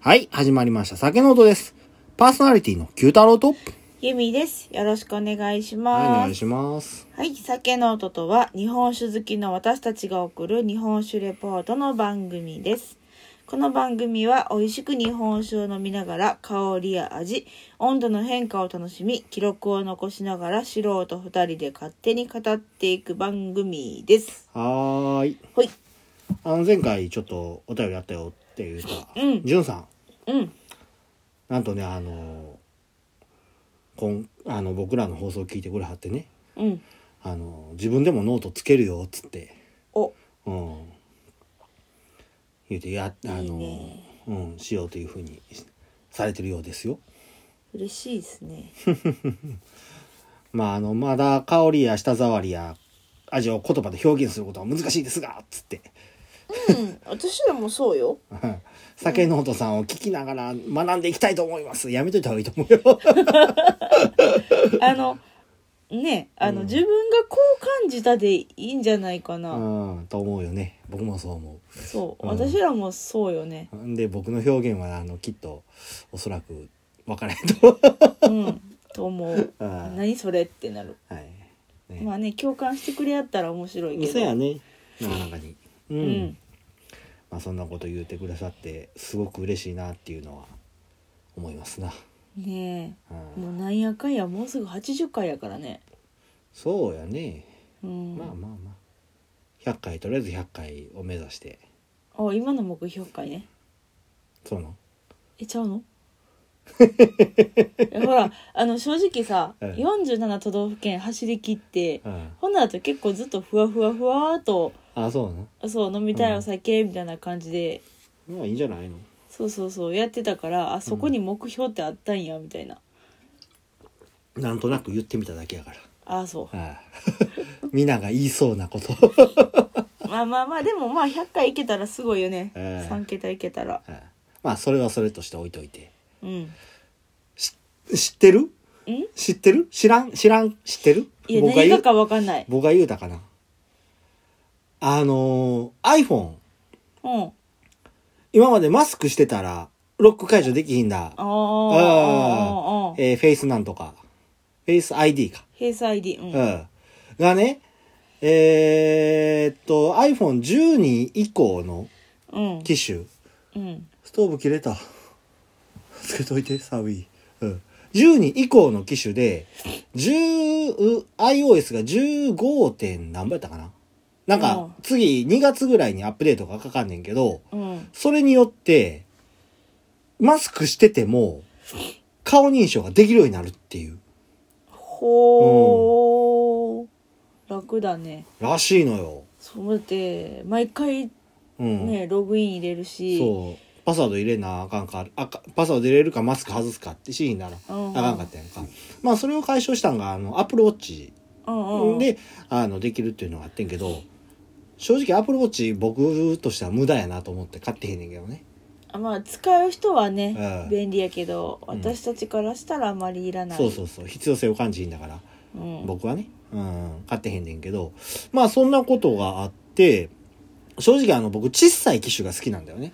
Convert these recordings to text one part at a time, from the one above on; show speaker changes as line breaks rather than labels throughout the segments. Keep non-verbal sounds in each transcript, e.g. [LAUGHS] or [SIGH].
はい、始まりました。酒の音です。パーソナリティの九太郎と、はい、
ゆみです。よろしくお願いし
お
ま
願い
す。
します。
はい、酒の音とは日本酒好きの私たちが送る日本酒レポートの番組です。この番組は美味しく日本酒を飲みながら香りや味、温度の変化を楽しみ、記録を残しながら素人二人で勝手に語っていく番組です。
はーい。
ほい。
あの、前回ちょっとお便りあったよって言った、
うん
じゅんさん。
うん。
なんとね、あのー、こん、あの、僕らの放送聞いてくれはってね、
うん。
あのー、自分でもノートつけるよ、っつって、
お、
うん。言うて、や、あのー
いいね
うん、しようというふうにされてるようですよ。
嬉しいですね。
まあ、あの、まだ香りや舌触りや味を言葉で表現することは難しいですが、つって。 [LAUGHS]
うん。私らもそうよ。
酒の音さんを聞きながら学んでいきたいと思います。やめといた方がいいと思うよ。
あの、ね、あの、自分がこう感じたでいいんじゃないかな。
うん、と思うよね。僕もそう思
そう、
うん
私らもそう
[LAUGHS]
よね。
う。んで、僕の表現は、あの、きっと、おそらく、分からへんと思 [LAUGHS] う。
うん、と思う。
あー
何それってなる。
はい。ね
まあね、共感してくれやったら面白いけど。
嘘やね。世の中に。うん。
うん、
まあ、そんなこと言うてくださって、すごく嬉しいなっていうのは、思いますな。
ね
う
え、も
ん、
うなんやかんや、もうすぐ八十回やからね。
そうやね。
うん、
まあまあまあ100回とりあえず100回を目指して
あ、今の目標回ね。
そうなん
え、ちゃ
[LAUGHS]
うの。えほら、あの正直さ
うん、
四十七都道府県走り切って。
うん
ほんならと結構ずっとふわふわふわーっと、
あそうなん
そう飲みた
う
い
ん
お酒みたいな感じで。
まあいいんじゃないの
そうそうそうやってたからあそこに目標ってあったんやみたいな、
なんとなく言ってみただけやから
ああそう [LAUGHS]
あ [LAUGHS] あ皆が言いそうなこと
まあまあまあでもまあ100回いけたらすごいよね、
ええ
3桁いけたら
ああまあそれはそれとして置いといて
うん
知ってる
ん
知ってる知らん知らん知ってる
いや
僕が
何
言
が
う
か分かんない
僕が言うたかなあのー iPhone
うんあ
今までマスクしてたらロック解除できひんだあ
あああ
えーフェイスなんとかフェイス ID か
閉鎖 ID うん、
うん。がね、えーっと、iPhone12 以降の
うん
機種、
うん、
ストーブ切れた。つけといて、サウィー。うん。12以降の機種で、10、iOS が15. 点何倍やったかななん
う
か
ん、
次2月ぐらいにアップデートがかかんねんけど、
うん、
それによって、マスクしてても、顔認証ができるようになるっていう。
ほー、楽だね
らしいのよ。
そうだって毎回
うん。
ね、ログイン入れるし
そうパスワード入れなあかんかあかパスワード入れるかマスク外すかってシーンなら
うんう
あ
ん
かんかったやんか、まあそれを解消したんがあのアップルウォッチ
う、うんうん、
であのできるっていうのがあってんけど正直アップルウォッチ僕としては無駄やなと思って買ってへんねんけどね
あまあ使う人はね、
うん
便利やけど私たちからしたらあまりいらない、
そうそうそう必要性を感じひんだから
うん、
僕はね、うん、買ってへんねんけどまあそんなことがあって正直あの僕小さい機種が好きなんだよね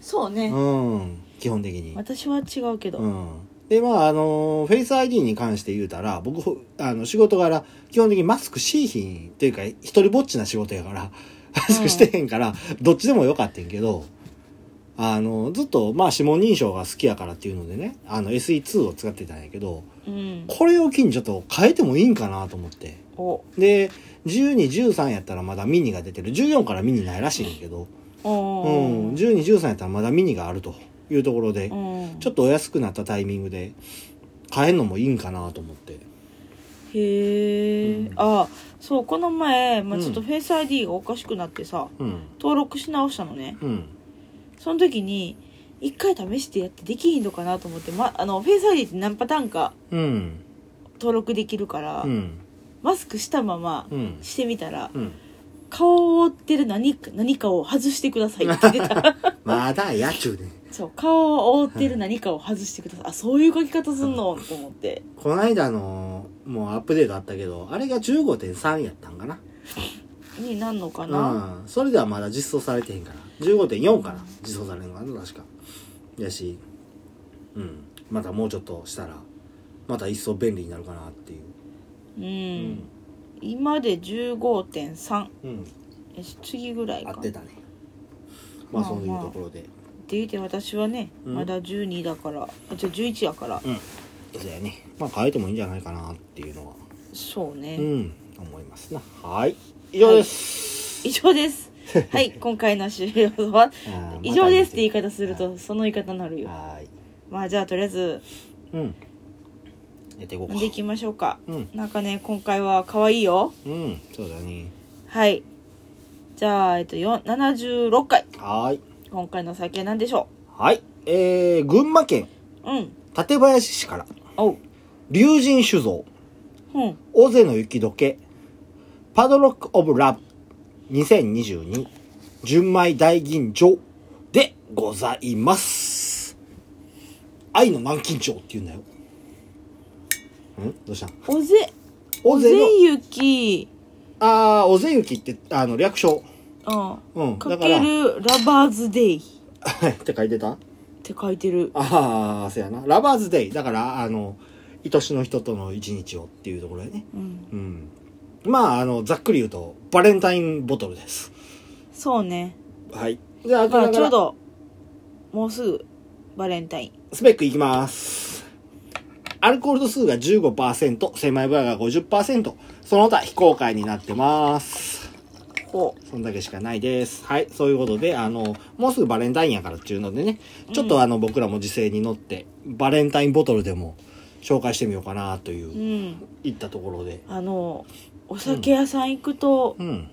そうね、
うん基本的に
私は違うけど、
うん、でまああのフェイス ID に関して言うたら僕ほあの仕事柄基本的にマスクしいひんっていうか一人ぼっちな仕事やからマスクしてへんから、どっちでもよかったんけどあのずっとまあ指紋認証が好きやからっていうのでねあの SE2 を使ってたんやけど
うん、
これを機にちょっと変えてもいいんかなと思って
お
で1213やったらまだミニが出てる14からミニないらしいんやけど、う
お
ん、1213やったらまだミニがあるというところで、
うん
ちょっとお安くなったタイミングで買えんのもいいんかなと思って。
へえ、
うん
あそうこの前、まあ、
うん
ちょっとフェイス ID がおかしくなってさ、
うん。
登録し直したのね
うん。
その時に一回試してやってできひんのかなと思って、ま、あのフェイス ID って何パターンか
うん。
登録できるから、
うん。
マスクしたまま
うん。
してみたら、
うん。
顔を覆ってる何か何かを外してくださいって出
[LAUGHS]
た
まだやちゅうね。
そう顔を覆ってる何かを外してくださいあそういう書き方すんのと思って
こないだの、もうアップデートあったけど、あれが15.3やったんかな。
になんのかな、
うん。それではまだ実装されてへんから。15.4から実装されるのかな、確か。やしうんまたもうちょっとしたらまた一層便利になるかなっていう
うん、
うん、
今で15.3
うん、
よし次ぐらい
合
か
ってたねまあ
まあ
そういう
まあ
ところで
って言って私はね、
うん
まだ12だからあじゃあ11やから、
うんそうだよねまあ変えてもいいんじゃないかなっていうのは
そうね、
うん思いますなはい以上です、
以上です
[LAUGHS]
はい今回の終了は
あー
以上ですって言い
また
方するとその言い方になるよ
はい
まあじゃあとりあえず
うんやっていこうか
飲んでいきましょうか
うん
なんかね今回は可愛いよ
うんそうだね
はいじゃあえっとよん76回
はい
今回の酒なんでしょ
はいえー、群馬県
ううん
館林市から
おう
龍神酒造
うん
尾瀬の雪解けパドロック・オブ・ラブ2022純米大吟醸でございます愛の南京錠って言うんだよんどうしたん
おぜ
尾
おぜ
瀬の
ゆき
ああ尾瀬雪ってあの略称
うん
うん
か
だ
け
からっ
るラバーズデイっ
[LAUGHS]
て
書いてた
て書いてる
ああそうやなラバーズデイだからあの愛しの人との一日をっていうところでね
うん
うんまああのざっくり言うとバレンタインボトルです
そうね
はい。じゃあ、
だから
開け
ちょ
な
う
がら
どもうすぐバレンタイン
スペックいきます。アルコール度数が15%、精米部合が50%、その他非公開になってます。
ほ
そんだけしかないです。はい。そういうことで、あの、もうすぐバレンタインやからっていうのでね、ちょっとあの、僕らも時勢に乗って、バレンタインボトルでも紹介してみようかなというう、
うん
いったところで。
あのお酒屋さん行くと、
うん。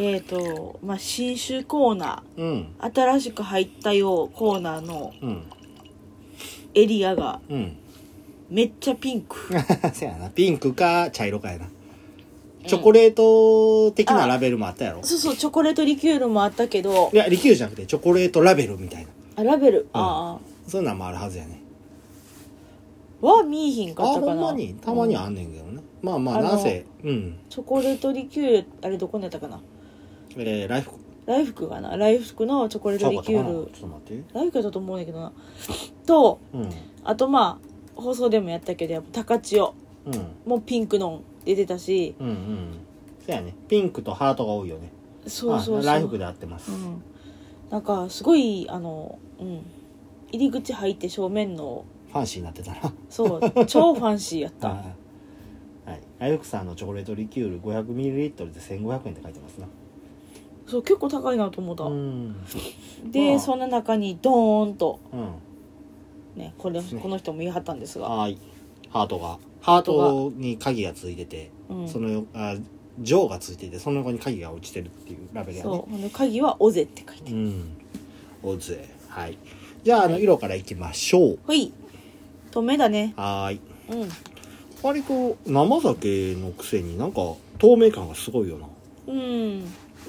えっ、とまあ新酒コーナ
うん。
ー新しく入ったようコーナーの
うん。
エリアが
うん。 [LAUGHS]
めっちゃピンク
せやな。ピンクか茶色かやな。チョコレート的なラベルもあったやろ、
そうそうチョコレートリキュールもあったけど
いや、リキュールじゃなくて、チョコレートラベルみたいな。
あラベル、あ
そういうのもあるはずやね。
あは見えひん
あ、
かった
ほ
か
ん
な
まに、たまには
う
あ
ん
んねんけどね。まあまあ、
あの
なんせ、うん。
チョコレートリキュールあれどこにやったかな
えー、ライフ、
ライフクかなライフクのチョコレー
ちゃ
ト
う
リ
かった
キ
か
ュ
なち
ー
ょ
ル
っと待って。
ライフクやったと思うんだけどなと
うん。
あとまあ放送でもやったけどやっぱ高千代
うん。
もピンクのん出てたし
うんうん。そうやね。ピンクとハートが多いよね。
そうそうそう
あライフで合ってます
う。ん、なんかすごいあの、うん、入り口入って正面の
ファンシーになってたな。
そう
[LAUGHS]
超ファンシーやった
はい。はい。ライフさんのチョコレートリキュール 500ml で1500円って書いてますな。
そう結構高いなと思った、
うん。
で、
まあ
そんな中にドーンと、
うん。
ね、これこの人も言い張ったんですが、
はーい。ハートが。ハ
ハ
ー
ートが
トに鍵がついてて。
うん、
そのあジョーがついていてその横に鍵が落ちてるっていうラベルやね
そうほんで鍵は「オゼ」って書いて
う、ん、オズはいじゃああの色からいきましょう
ほい透明だね
はーい
うん
割と生酒のくせになんか透明感がすごいよな
うん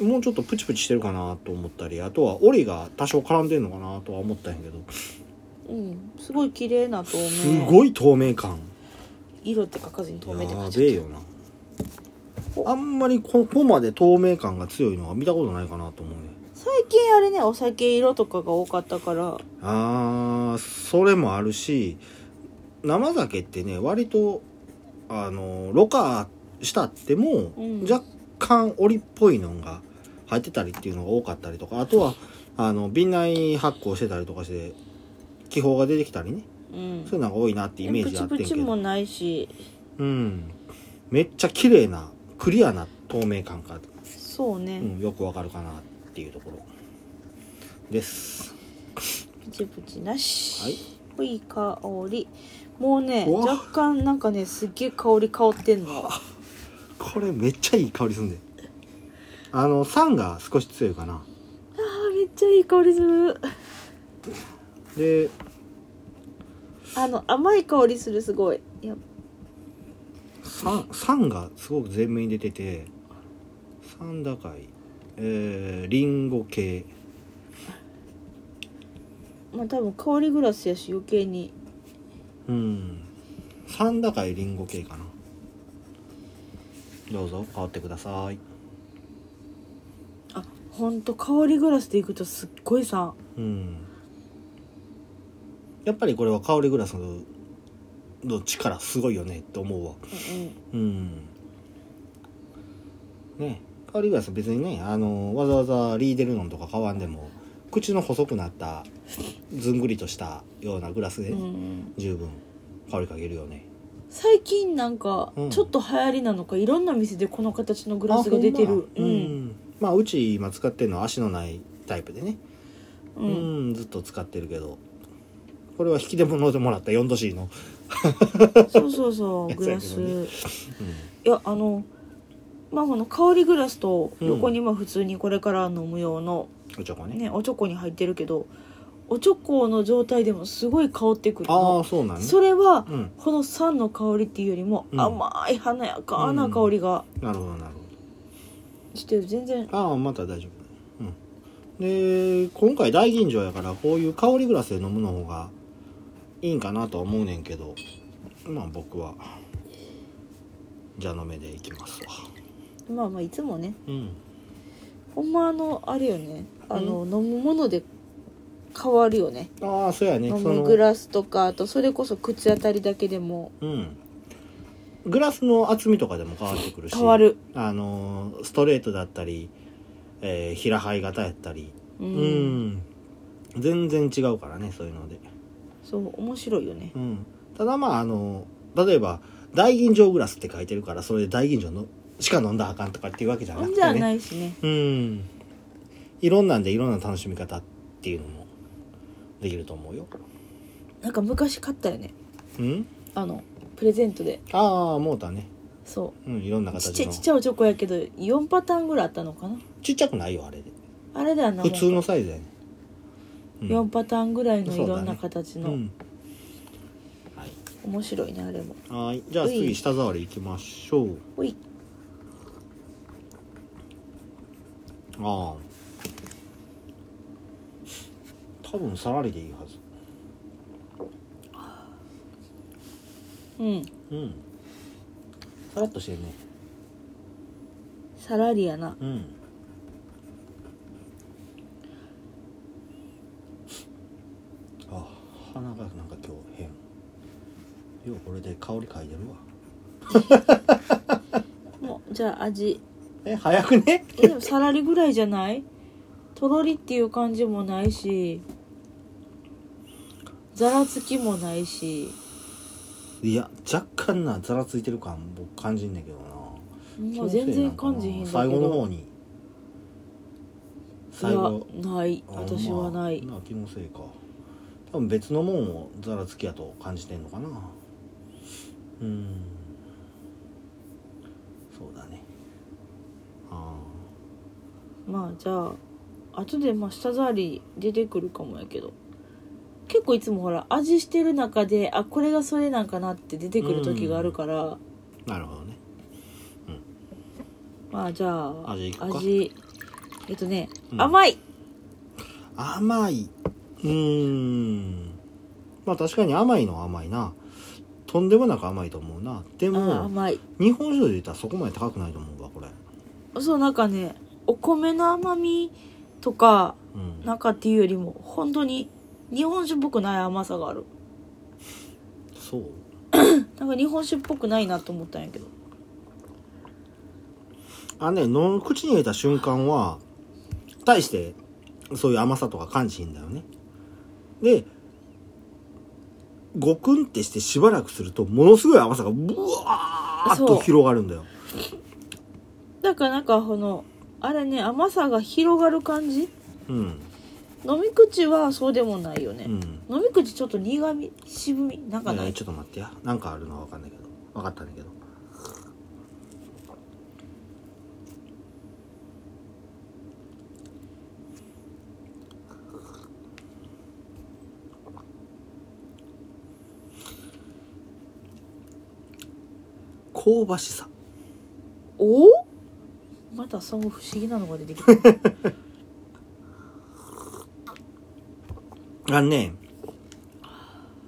もうちょっとプチプチしてるかなと思ったりあとはオリが多少絡んでんのかなとは思ったんやけど
うんすごい綺麗な透明
すごい透明感
色って書かずに透明って書
や
いて
べえよなあんまりここまで透明感が強いのは見たことないかなと思うね
最近あれねお酒色とかが多かったから
あーそれもあるし生酒ってね割とあのろ過したっても、
うん
若干オリっぽいのが入ってたりっていうのが多かったりとかあとはあの瓶内発酵してたりとかして気泡が出てきたりね
うん
そういうのが多いなってイメージあってん
プチ
け
プチも
ど、
ないし
うん、めっちゃ綺麗なクリアな透明感が、
そうね、
うん、よくわかるかなっていうところです。
プチプチなし
はい
ほい香りもうね
うわ
若干なんかねすっげえ香り香ってんの
これめっちゃいい香りすんであの酸が少し強いかな
あーめっちゃいい香りする
で
あの甘い香りするすごいいや
酸酸がすごく前面に出てて酸高いえー、リンゴ系
まあ多分香りグラスやし余計に
うん酸高いリンゴ系かなどうぞ香ってください
あほんと香りグラスでいくとすっごいさ
うんやっぱりこれは香りグラスの力すごいよねって思うわ
うん
うんね香りグラス別にねあのわざわざリーデルノンとか買わんでも口の細くなったずんぐりとしたようなグラスで
うんうん
十分香りかけるよね、
最近なんか
うん
ちょっと流行りなのかいろんな店でこの形のグラスが出てる
あほんまうんまあうち今使ってるのは足のないタイプでね
う、
うんん、ずっと使ってるけどこれは引き出物でもらった 4°C の、
そうそ
[LAUGHS]
うそうグラス、
そうやけど
いやあのまあこの香りグラスと横にまあ普通にこれから飲む用の、
おちょこね
ね、おちょこに入ってるけどおちょこの状態でもすごい香ってくる
あ
の
あそうなんね
それは
うん
この酸の香りっていうよりも
うん
甘い華やかな香りが
なるほどなる
してる全然
ほどああまた大丈夫うんで今回大吟醸やからこういう香りグラスで飲むの方がいいんかなとは思うねんけどまあ僕は蛇の目でいきますわ
まあまあいつもね
うん
ほんまあのあれよねあの、飲むもので変わるよね
ああそうやね
飲
そ
む
の
グラスとかあとそれこそ口当たりだけでも
うんグラスの厚みとかでも変わってくるし
変わる
あのーストレートだったり、えー平杯型やったり
う、
うんん、全然違うからねそういうので、
そう面白いよね
うん、ただまああのー例えば大吟醸グラスって書いてるからそれで大吟醸のしか飲んだらあかんとかっていうわけじゃな
ほ
く
ん
て
じゃ
ね
ないしね
うんいろんなんでいろんな楽しみ方っていうのもできると思うよ
なんか昔買ったよね
うん
あのプレゼントで
ああもうたね
そ
うんいろんな
う
形
ち
の
っちゃいちっちゃいおチョコやけど4パターンぐらいあったのかな
ちっちゃくないよあれで
あれだよな
普通のサイズやね、うん
4パターンぐらいの
そうだ
い
ね
ろんな形の、
うんはい
面白いねあれも
はいじゃあ
うい
次舌触りいきましょう
ほい
ああ多分さらりでいいはず
うん
うんさらっとしてるね
サラリやな
うんあ鼻がなんか今日変ようこれで香り嗅いでるわ
もうじゃあ味
え早くね
えでもサラリぐらいじゃないとろりっていう感じもないしざらつきもないし
[LAUGHS] いや若干なざらついてる感僕感じんねんけどな
もう全然感じへんだけど
最後の方に最後
いやない
あ
私はない、
まあまあ気のせいか多分別のもんをざらつきやと感じてんのかなうんそうだねあ
まあじゃあ後でまあ舌触り出てくるかもやけど結構いつもほら味してる中であこれがそれなんかなって出てくる時があるから、
あなるほどね
まあじゃあ
味いくか
味えっとね、
うん
甘い
甘いうんまあ確かに甘いのは甘いなとんでもなく甘いと思うなで
あー
も
甘い
日本酒で言ったらそこまで高くないと思うわこれ
そうなんかねお米の甘みとか
うん
なんかっていうよりも本当に日本酒っぽくない甘さがある
そう
なんか日本酒っぽくないなと思ったんやけど
あのね、の口に入れた瞬間は、大して、そういう甘さとか感じひんだよね。で、ごくんってしてしばらくすると、ものすごい甘さが、ブワーっ
そう
と広がるんだよ。
だからなんかこのあれね甘さが広がる感じ
うん。
飲み口はそうでもないよ
う
ね、
ん。
飲み口ちょっと苦み渋みなんかな
えー
い
ちょっと待ってや。なんかあるのはわかんないけど。わかったんだけど。香ばしさ。
おおまたその不思議なのが出て
[LAUGHS]
きた
あのね、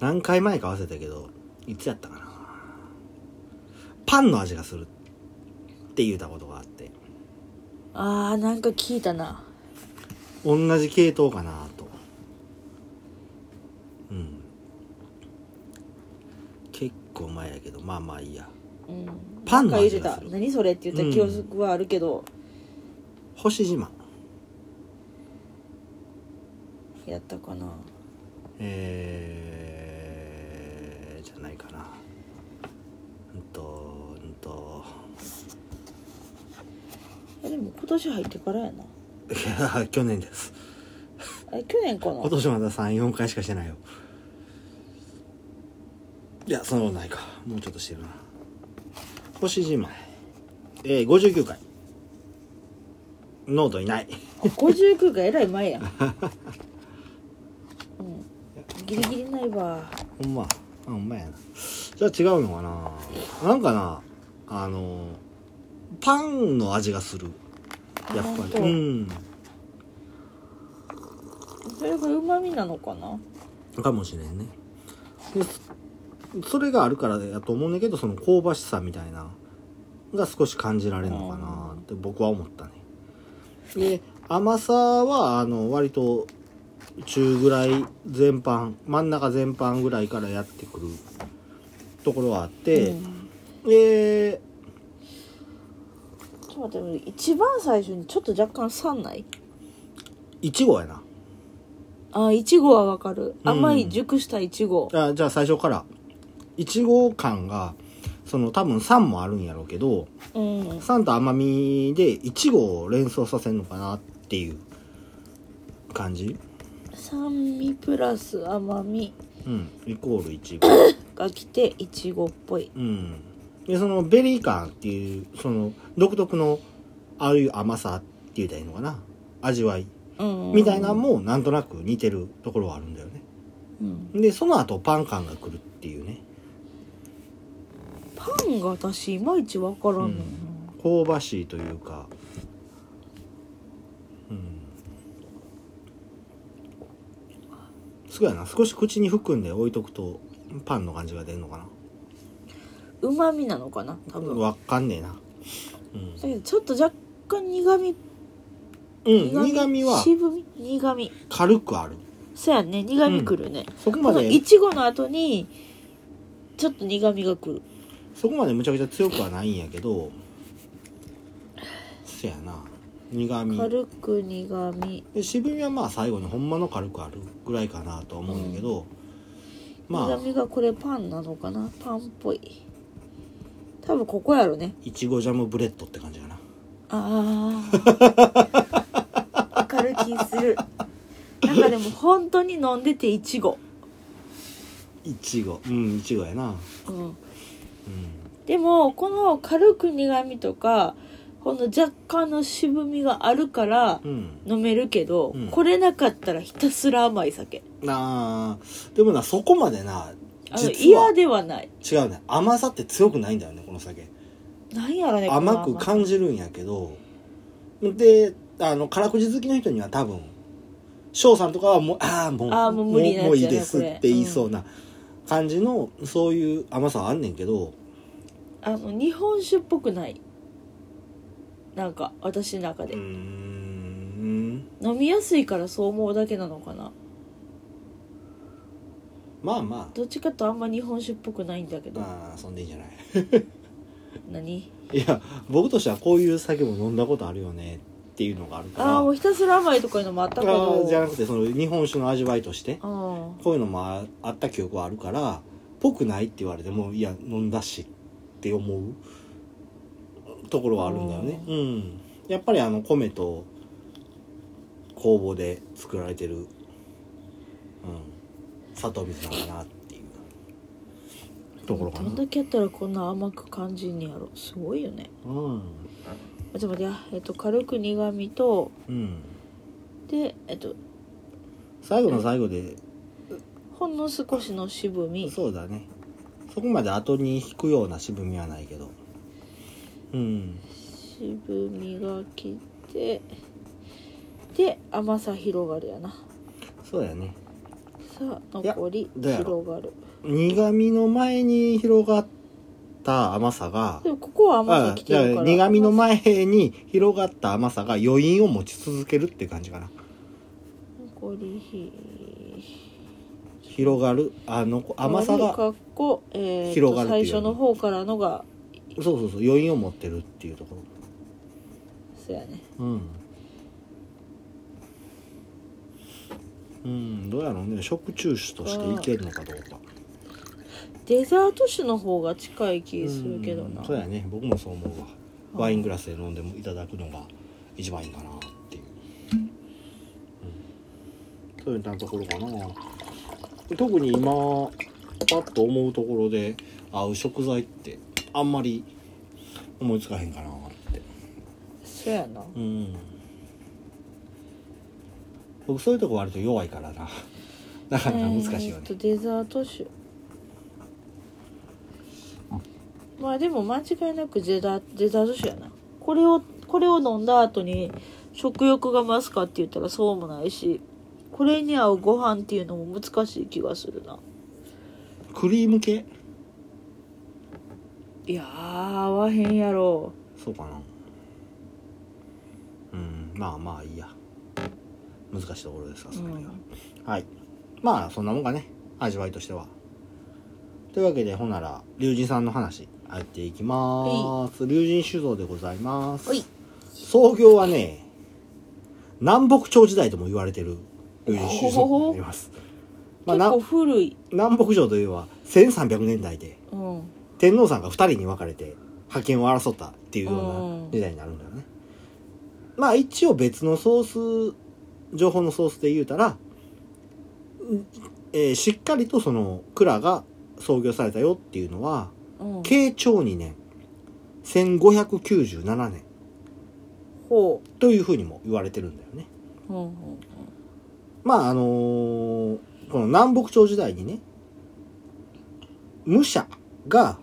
何回前か合わせたけど、いつやったかな。パンの味がするって言うたことがあって、
あーなんか聞いたな
同じ系統かなと。うん。結構前やけどまあまあいいや
うん、
パンの
なんか言っ
味
てた
がする
何それって言った記憶はあるけど、
星島
やったかな
えー、じゃないかなうんとうんと [LAUGHS]
えでも今年入ってからやない
や去年です
あれ去年かな
今年まだ34回しかしてないよいやそんなことないかもうちょっとしてるな星島えー、59回ノートいない
59がえらい前やん、うん、ギリギリないわ
ほんま。あ、ほんまやな。じゃあ違うのかななんかな、あの、パンの味がする。やっ
あ
ぱ
本
り。
当
うん。
それがうまみなのかな
かもしれんね。でそそれがあるからやと思うねんだけど、その香ばしさみたいな、が少し感じられるのかなって僕は思ったね。で、甘さは、あの、割と、中ぐらい全般、真ん中全般ぐらいからやってくるところはあって、
うん
で、
ちょっと待って一番最初にちょっと若干酸ない
いちごやな。
あいちごはわかる
うん
甘い熟したいちご
あじゃあ最初から。いちご感が、その多分酸もあるんやろうけど、
うん
酸と甘みでいちごを連想させるのかなっていう感じ
酸味プラス甘み
うん。イコールいちご。
がきていちごっぽい
うん。で、そのベリー感っていう、その独特の、ああいう甘さって言ったらいいのかな味わい。
うん
みたいなのもなんとなく似てるところはあるんだよね。
うん
で、その後パン感が来るっていうね。
パンが私いまいちわからんのよな
香ばしいというか、うん、そうやな少し口に含んで置いとくとパンの感じが出るのかな
うまみなのかな多分だ
わかんねえな、うん
けどちょっと若干苦み
うん、苦味は
渋み苦み
軽くある
そうやね苦みくるね、
そこ
こ
ま
の
で
いちごの後にちょっと苦みがくる
そこまでむちゃくちゃ強くはないんやけどそやな苦味
軽く苦み
で渋みはまあ最後にほんまの軽くあるぐらいかなとは思うんやけど、まあ
苦みがこれパンなのかなパンっぽい多分ここやろね
いちごジャムブレッドって感じかな
あ
[LAUGHS]
あわかる気するなんかでも本当に飲んでていちご、
いちごうんいちごやな
うん、
う
でもこの軽く苦みとかこの若干の渋みがあるから
ん、うん、
飲めるけど、
うん
これなかったらひたすら甘い酒
なあでもなそこまでな
あの
実は
嫌ではない
違うね甘さって強くないんだよねこの酒
なんやろね
甘く
ん
感じるんやけどであの辛口好きの人には多分翔さんとかはもうああもう
あーもう無理なやつやね
もういいですっ
これ
て言いそうな感じの、そういう甘さはあんねんけど
あの日本酒っぽくないなんか私の中
う
で、
ーん
飲みやすいからそう思うだけなのかな
まあま
どっちかとあんま日本酒っぽくないんだけ
あ
ど、
まあそんでいいんじゃない
何
いや僕としてはこういう酒も飲んだことあるよねっていうのがあるから
ああもうひたすら甘いとかいうのもあったけ
あ
ど
ーじゃなくてその日本酒の味わいとして
うん
こういうのもああった記憶はあるからぽくないって言われてもいや飲んだしって思うところはあるんだよね
あ
うんやっぱりあの米と工房で作られてる、うん、砂糖水なのかなっていうところか
どん
な
だけやったらこんな甘く感じんねやろすごいよね
うん
あちょっと待ってえっと軽く苦味と
うん
でえっと
最後の最後で
ほんの少しの渋み
そうだねそこまで後に引くような渋みはないけどうん
渋みがきてで甘さ広がるやな
そうだよね
さあ残り
いやどうやろ
広がる
苦味の前に広がった甘さが
でもここは甘さ
あ
き
じゃあ
てるから
苦味の前に広がった甘さが余韻を持ち続けるって感じかな
残りひ
広がるあの甘さが
かっこ、えー、
広
広
が
が
るって
る
いう
最初の方からのが
そうそうそう余韻を持ってるっていうとこ
そうやね
ろうんうんどうやろうね食中酒としていけるのかどうか
デザート酒の方が近い気するけどな
うんそうやね僕もそう思うわ
うん
ワイングラスで飲んでもいただくのが一番いいかなっていう、うん、そういったところかな特に今パッと思うところで合う食材ってあんまり思いつかへんかなって
そうやな
うん僕そういうとこ割と弱いからななかなか難しいよ
えーっ
ね
とデザート酒まあでも間違いなくデザデザート酒やなこれをこれを飲んだ後に食欲が増すかって言ったらそうもないしこれに合うご飯っていうのも難しい気がするな
クリーム系
いやー合わへんやろ
そうかなうんまあまあいいや難しいところですがそれには、はいまあそんなもんかね味わいとしてはというわけでほんなら龍神さんの話入っていきます龍神酒造でございます
ほい
創業はね南北朝時代とも言われてる龍神酒造になりますまあ、
結
な
構古い
南北朝といえば1300年代で
うん
天皇さんが2人に分かれて覇権を争ったっていうような時代になるんだよね、まあ一応別のソース情報のソースで言うたら、んえーしっかりとその蔵が創業されたよっていうのは
うん
慶長2年1597年
ほ
というふうにも言われてるんだよね
う、うんうん
まああのーこの南北朝時代にね武者が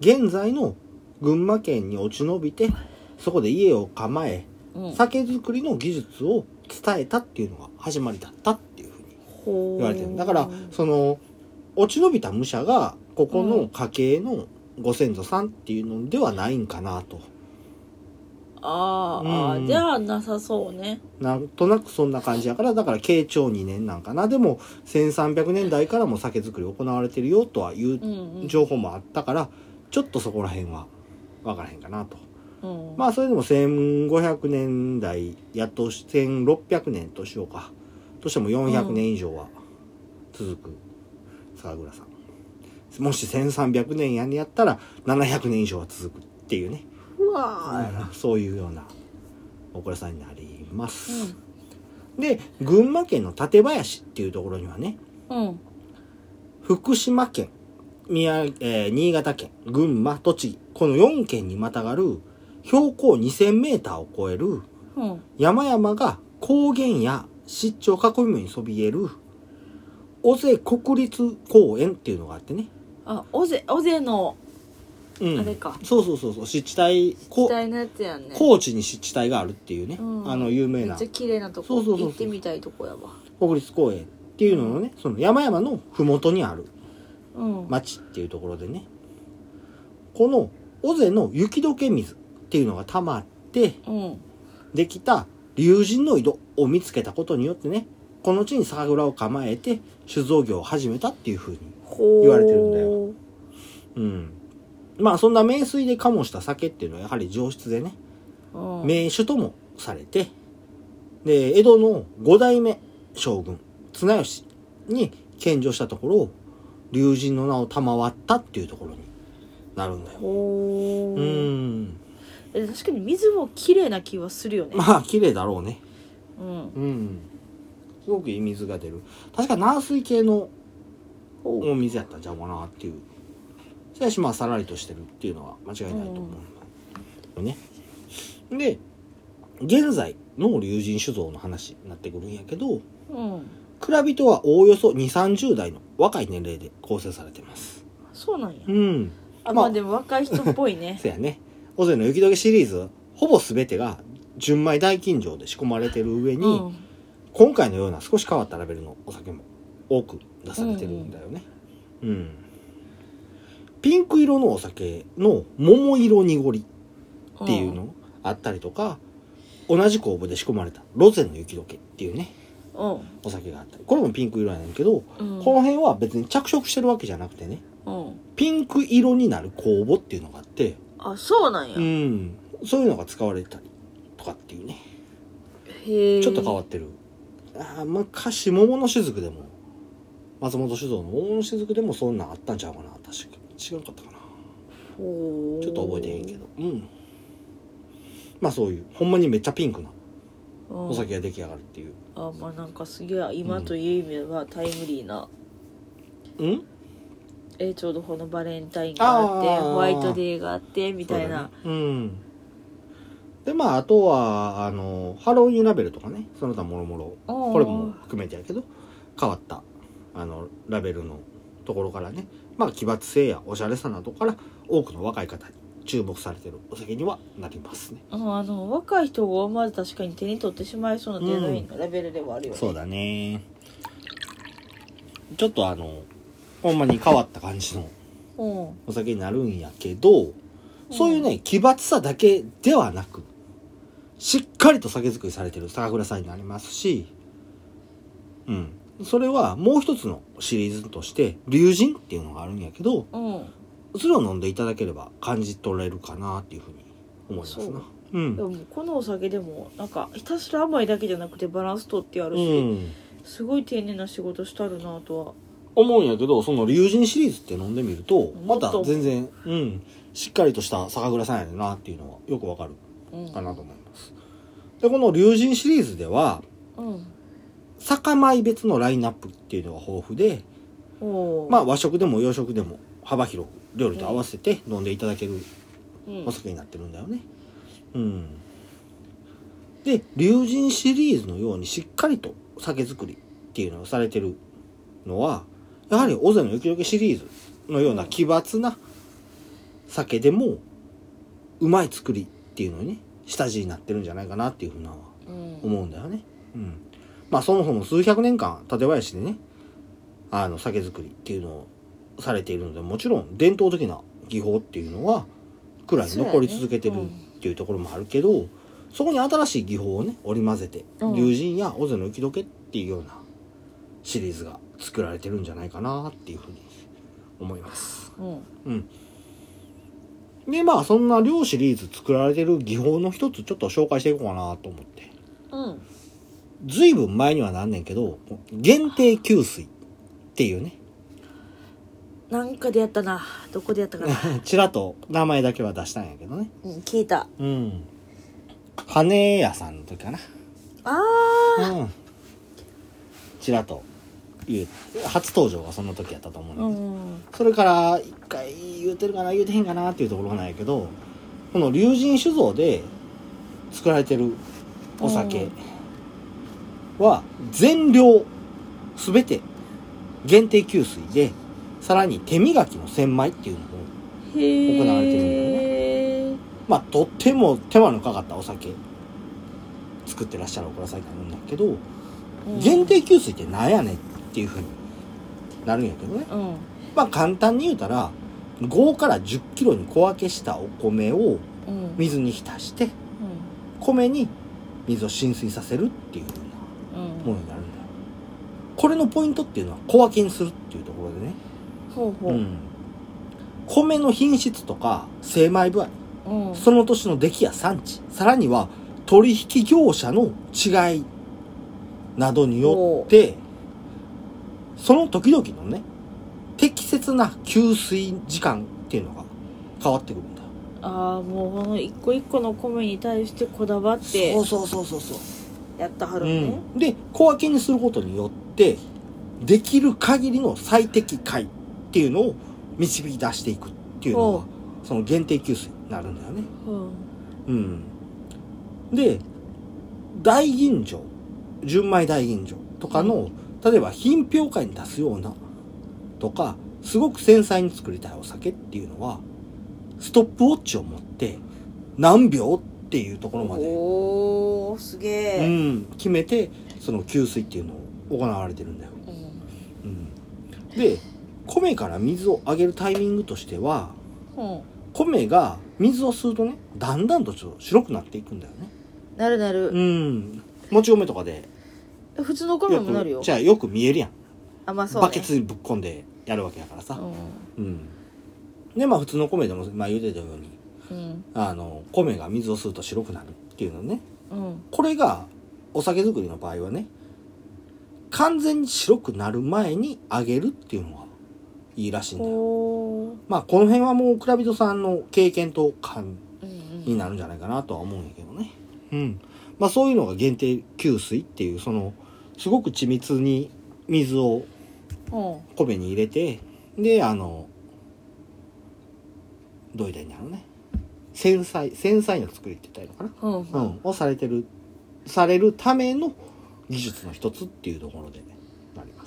現在の群馬県に落ち延びてそこで家を構え
うんうん、
酒造りの技術を伝えたっていうのが始まりだったっていうふうに
言
言われてるだからその落ち延びた武者がここの家系のご先祖さんっていうのではないんかなと
あーあー、
うん
じゃあなさそうね
なんとなくそんな感じやからだから慶長2年なんかなでも1300年代からも酒造り行われてるよとはいううん
うん
情報もあったからちょっとそこら辺は分からへんかなと
うん
まあそれでも1500年代やっと1600年としようかとしても400年以上は続く酒蔵さんもし1300年やにやったら700年以上は続くっていうね
うわー
そういうようなお蔵さんになります、で群馬県の館林っていうところにはね
うんうん
福島県宮、えー新潟県群馬栃木この4県にまたがる標高 2000m を超える
うん
山々が高原や湿地を囲むようにそびえる尾瀬国立公園っていうのがあってね、
あ尾瀬尾瀬の
うん、
あれか
そうそうそうそう湿地帯こ
時代のやつやんね
高知に湿地帯があるっていうね、
うん
あの有
め
名
っ
な
ちゃ綺麗なとこ
そうそうそうそう
行ってみたいとこやわ
国立公園っていうののねその山々の麓にある
うん、
町っていうところでねこの尾瀬の雪解け水っていうのが溜まって
うん
できた龍神の井戸を見つけたことによってねこの地に酒蔵を構えて酒造業を始めたっていうふうに
ほう
言われてるんだようんまあそんな名水で醸した酒っていうのはやはり上質でね
うん、
名酒ともされてで江戸の5代目将軍綱吉に献上したところ龍神の名を賜ったっていうところになるんだよ
ほう
うん
え確かに水も綺麗な気はするよね、
まあ綺麗だろうね
うん
うんすごくいい水が出る確か軟水系の
ほう
お水やったんちゃうかなっていうしかしまあさらりとしてるっていうのは間違いないと思う、ねで現在の龍神酒造の話になってくるんやけど
うん
蔵人はおおよそ2 3 0代の若い年齢で構成されてます
そうなんや
うんま
あま
あ
あでも若い人っぽいね
そやね尾瀬の雪解けシリーズほぼ全てが純米大吟醸で仕込まれてる [LAUGHS] 上に、
うん
今回のような少し変わったラベルのお酒も多く出されてるんだよねうん、ピンク色のお酒の桃色濁りっていうのあったりとか、同じ酵母で仕込まれたロゼの雪解けっていうね
うん
お酒があったりこれもピンク色やねんけど、
うん
この辺は別に着色してるわけじゃなくてね
うん
ピンク色になる酵母っていうのがあって、
あそうなんや、
うん、そういうのが使われたりとかっていうね
へえ
ちょっと変わってる、あー昔桃の雫でも松本酒造の桃の雫でもそんなんあったんちゃうかな確か違うかったかな
ほう
ちょっと覚えてへんけどうんまあそういうほんまにめっちゃピンクな
うん
お酒が出来上がるっていう
あまあなんかすげえ今という意味ではタイムリーな、
うん
えちょうどこのバレンタインがあって
あー
ホワイトデーがあってみたいな、
そうだねうんでまああとはあのハロウィンラベルとかねその他もろもろ
おー
これも含めてやけど変わったあのラベルのところからねまあ奇抜性やおしゃれさなどから多くの若い方に注目されてるお酒にはなりますね
うんあの若い人が思わず確かに手に取ってしまいそうなデザインのラベルではあるよね、
そうだねちょっとあのほんまに変わった感じの
うん
お酒になるんやけどそういうね奇抜さだけではなくしっかりと酒造りされてる酒蔵さんになりますしうんそれはもう一つのシリーズとして龍神っていうのがあるんやけど
うん
それを飲んでいただければ感じ取れるかなっていうふうに思います
そ
な
う
う
で
ん、
もこのお酒でもなんかひたすら甘いだけじゃなくてバランス取ってある
う
し、
ん、
すごい丁寧な仕事したるなとは
思うんやけどその龍神シリーズって飲んでみると
も
ま
っ
た
と
全然、うん、しっかりとした酒蔵さんやねんなっていうのはよくわかる
うん
かなと思いますでこの龍神シリーズでは
うん
酒米別のラインナップっていうのが豊富で、
おー
まあ、和食でも洋食でも幅広く料理と合わせて飲んでいただける
うん
お酒になってるんだよね。うん。で、龍神シリーズのようにしっかりと酒造りっていうのをされてるのは、やはり尾瀬の雪解けシリーズのような奇抜な酒でも、うまい作りっていうのにね、下地になってるんじゃないかなっていうふうなのは
うん
思うんだよね。うん。まあそもそも数百年間、館林でね、あの、酒造りっていうのをされているので、もちろん伝統的な技法っていうのは、くらい残り続けて
そう
る
や
っ
ね
ていうところもあるけど、そこに新しい技法をね、織り交ぜて、
うん
龍神や尾瀬の雪解けっていうようなシリーズが作られてるんじゃないかなっていうふうに思います。
うん
うん。で、まあそんな両シリーズ作られてる技法の一つちょっと紹介していこうかなと思って。
うん
ずいぶん前にはなんねんけど、限定給水っていうね、
なんかでやったなどこでやったかな、
[LAUGHS] ちらっと名前だけは出したんやけどね。
うん、聞いた
うん。羽屋さんの時かな。
あー
うん。ちらっと言う。初登場がその時やったと思うねん
う
だけど
ん
それから一回言うてるかな言うてへんかなっていうところなんやけどこの龍神酒造で作られてるお
う
酒
ん
は全量全て限定給水でさらに手磨きの千枚っていうのも
へえ
行われてるんだよまあとっても手間のかかったお酒作ってらっしゃるお蔵さんになるんだけど限定給水ってなんやねんっていうふうになるんやけどね
うん
まあ簡単に言うたら5から1 0キロに小分けしたお米を
うんうん
水に浸して米に水を浸水させるっていうよう
うん
なものになるんだよこれのポイントっていうのは小分けにするっていうところでね、
ほうほう
うん米の品質とか精米具合
うん
その年の出来や産地さらには取引業者の違いなどによってその時々のね適切な給水時間っていうのが変わってくるんだよ
ああもうこの一個一個の米に対してこだわって
そうそうそうそうそう
やったはる
う
のね、
ん、で小分けにすることによってできる限りの最適解っていうのを導き出していくっていうの
おう
がその限定給水になるんだよね。
うん
うん、で大吟醸純米大吟醸とかの、例えば品評会に出すようなとかすごく繊細に作りたいお酒っていうのはストップウォッチを持って何秒っていうところまで
おーすげ
う
え、
ん、決めてその給水っていうのを行われてるんだよ、
うん
うん、で米から水をあげるタイミングとしては
うん、
米が水を吸うとねだんだんとちょっと白くなっていくんだよね
なるなる、
うんもち米とかで
普通のおかみもなるよ
くじゃあよく見えるやん、
あまあそう、ね、
バケツにぶっ込んでやるわけやからさ
う、ん
うん、でまあ普通の米でも、まあ、茹でたように
うん
あの米が水を吸うと白くなるっていうのね
うん
これがお酒作りの場合はね完全に白くなる前に揚げるっていうのがいいらしいんだよ
おー
まあこの辺はもう蔵人さんの経験と勘
うんう
に
ん
なるんじゃないかなとは思うんやけどねうんまあそういうのが限定給水っていうそのすごく緻密に水を
うん
米に入れてであのどういうたらいいんだろうね繊細繊細な作りって言ったらいいのかな
うんう
うんん、をされてるされるための技術の一つっていうところで、なりま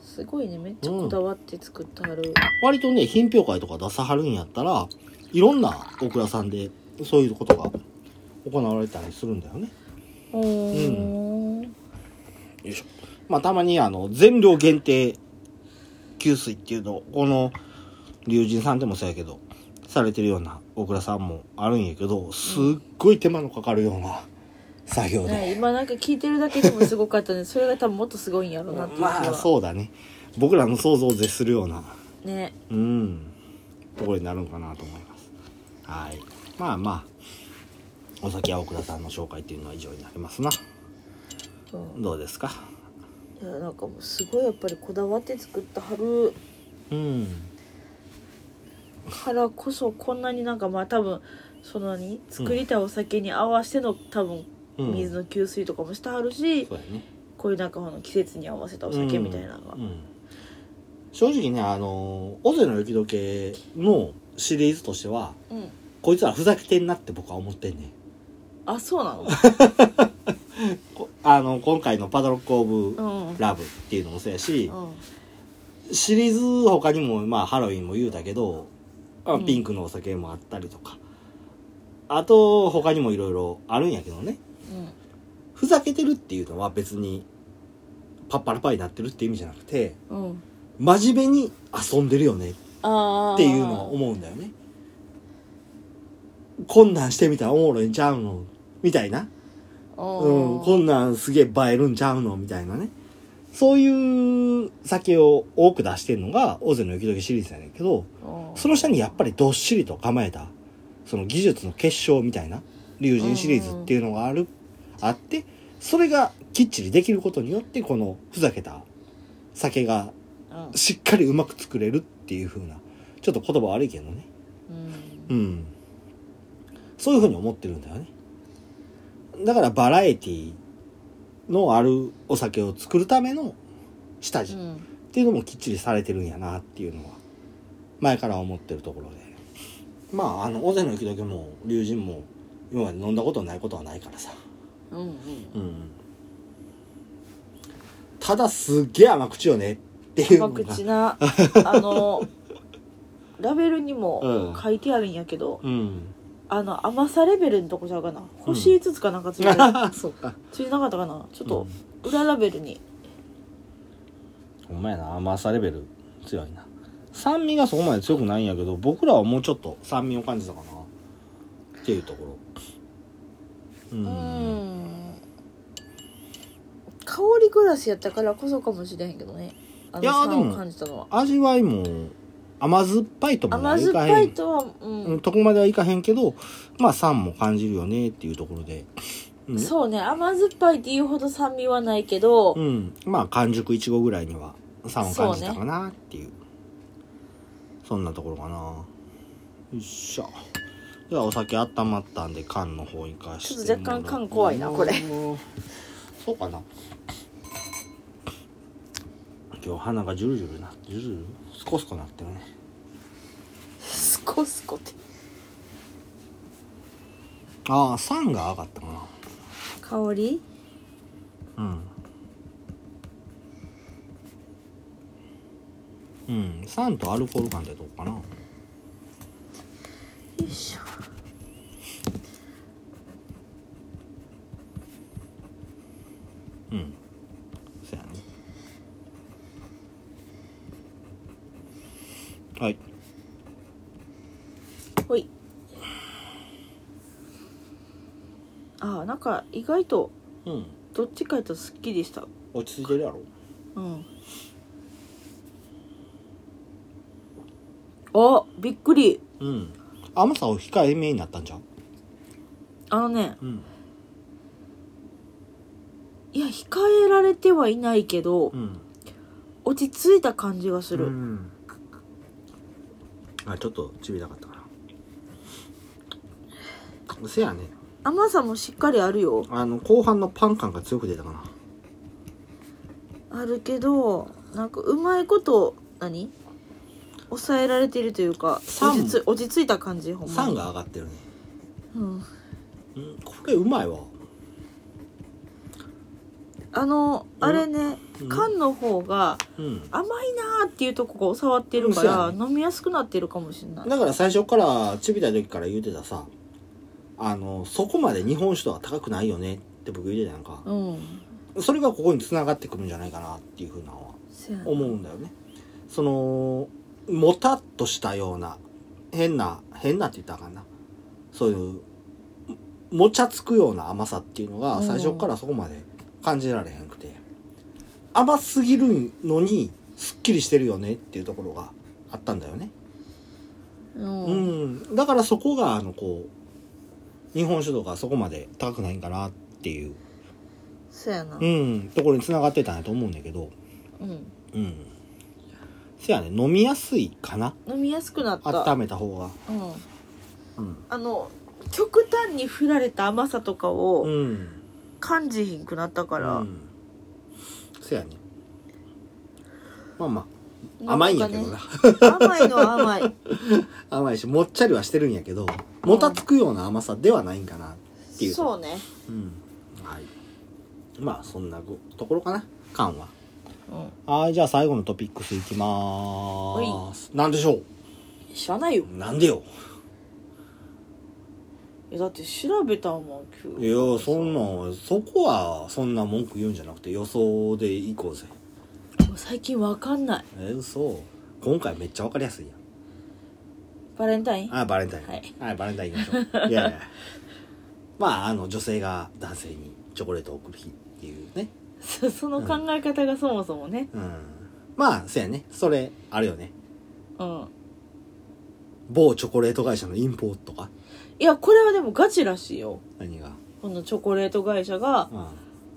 す
すごいねめっちゃこだわって作ってはる、
割とね品評会とか出さはるんやったらいろんな大倉さんでそういうことが行われたりするんだよね
おー
よいしょまあたまにあの全量限定給水っていうのをこの龍神さんでもそうやけどされてるような大倉さんもあるんやけどすっごい手間のかかるような作業で、
ね、今なんか聞いてるだけでもすごかったねそれが多分もっとすごいんやろうなっていうのは
まあそうだね僕らの想像を絶するような
ね
うんところになるのかなと思いますはいまあまあお酒は大倉さんの紹介っていうのは以上になりますな
うん
どうですか
いやなんかもうすごいやっぱりこだわって作ったはる
うん
からこそこんなになんかまあ多分その何作りたいお酒に合わせての多分
うん
水の給水とかもしてはるし、
そうやね
こういうなんかこの季節に合わせたお酒みたいなのが、
うんうん正直ねあの「オゼの雪解け」のシリーズとしては
うん
こいつらふざけてんなって僕は思ってんね
あそ
[LAUGHS]
うなの
こあの今回の「パドロック・オブ
う・んうん
ラブ」っていうのもそうやし、
うん
シリーズ他にも、まあ、ハロウィンも言うたけど、あ
うん
ピンクのお酒もあったりとか、あと、他にもいろいろあるんやけどね。ふざけてるっていうのは別に、パッパラパイになってるって意味じゃなくて、
うんうん
真面目に遊んでるよねっ
ああ
ていうのは思うんだよね。こんなんしてみたらおもろいんちゃうのみたいな。うん、こんなんすげえ映えるんちゃうのみたいなね。そういう酒を多く出してるのが、大勢の雪解けシリーズやねんけど、その下にやっぱりどっしりと構えた、その技術の結晶みたいな、龍神シリーズっていうのがある、あって、それがきっちりできることによって、このふざけた酒が
うん
しっかりうまく作れるっていう風な、ちょっと言葉悪いけどね。
うん
うん。そういう風に思ってるんだよね。だからバラエティのあるお酒を作るための下地
う
っ
ん
ていうのもきっちりされてるんやなっていうのは、前から思ってるところで。まあ、あの、尾瀬の雪解けも、龍神も、今まで飲んだことないことはないからさ。
うんうん
うん。ただすっげえ甘口よねっていうの
甘
が。
口なあのラベルにも書いてあるんやけど、 [LAUGHS]
うん。
あの甘さレベルのとこちゃうかな星5つかなんかつ
[LAUGHS]
いてる、
そうか。
ついてなかったかなちょっと裏ラベルに、
ほんまやな甘さレベル強いな酸味がそこまで強くないんやけど僕らはもうちょっと酸味を感じたかなっていうところう
うんん香りグラスやったからこそかもしれへんけどねあ
いや
の
ーで
酸
も
を感じたのは
味わいも甘酸っぱいとも
甘
い
酸っ
か
ぱ
へ
い
ん
とはうん、
うんとこまではいかへんけどまあ酸も感じるよねっていうところでうん
そうね甘酸っぱいっていうほど酸味はないけど、
うんまあ完熟いちごぐらいには酸を感じたかなっていうそんなところかなよっしゃではお酒温まったんで缶の方生かして
ちょっと若干缶怖いなこれ
そうかな今日鼻がジュルジュルなジュルジュルスコスコなってるね
スコスコって
ああ酸が上がったかな
香り
うんうん、酸とアルコール感ってどうかな
よいしょ
うんそやねはい
ほいあーなんか意外と
うん
どっちかやとすっきりした
落ち着いてるやろ
うんおびっくり
うん甘さを控えめになったんじゃん
あのね
うん
いや控えられてはいないけど、
うん
落ち着いた感じがする、
うんあちょっとちびなかったかなせやね
甘さもしっかりあるよ
あの後半のパン感が強く出たかな
あるけどなんかうまいこと何抑えられてるというか
酸
落ち着落ち着いた感じほんまに
酸が上がってるね
うん、
うんこれうまいわ
あのあれね、
うん
缶の方が
うん
甘いなーっていうとこが収まってるから、
うん
飲みやすくなってるかもしれない
だから最初からちびた時から言うてたさあのそこまで日本酒とは高くないよねって僕言うてたやんか
うん
それがここに繋がってくるんじゃないかなっていうふうなのは
せやな
思うんだよねそのもたっとしたような変な変なって言ったらあかんなそういうももちゃつくような甘さっていうの
う
が
ん
最初からそこまで感じられへんくて甘すぎるのにすっきりしてるよねっていうところがあったんだよね
うん、
うんだからそこがあのこう日本酒とかそこまで高くないんかなっていう、
せやな
うん、ところに繋がってたんやと思うんだけど
うん
うんせやね飲みやすいかな
飲みやすくなった
温めた方が
うん、
うん、
あの極端に振られた甘さとか
う
を
ん、
感じひんくなった
か
か、
らせやねまあまあ
な
甘
かね
いんやけどな
甘いの
[LAUGHS]
は甘い
甘いしもっちゃりはしてるんやけどもたつくような甘さではないんかなっていう
そうね、
うんはいまあそんなごところかな缶は
うん、
はいじゃあ最後のトピックスいきまーすなんでしょ
知らないよ
うなんでよ
いやだって調べたもん今
いやそんなんそこはそんな文句言うんじゃなくて予想でいこうぜ
最近わかんない
え嘘今回めっちゃわかりやすいやん
バレンタイン
あバレンタイン
はい
はい、バレンタイン行きましょういやいや [LAUGHS] まああの女性が男性にチョコレートを贈る日っていうね
そ [LAUGHS] その考え方がそもそもね
うんまあそうやねそれあれよね
うん
某チョコレート会社のインポートか
いやこれはでもガチらしいよ
何が
このチョコレート会社が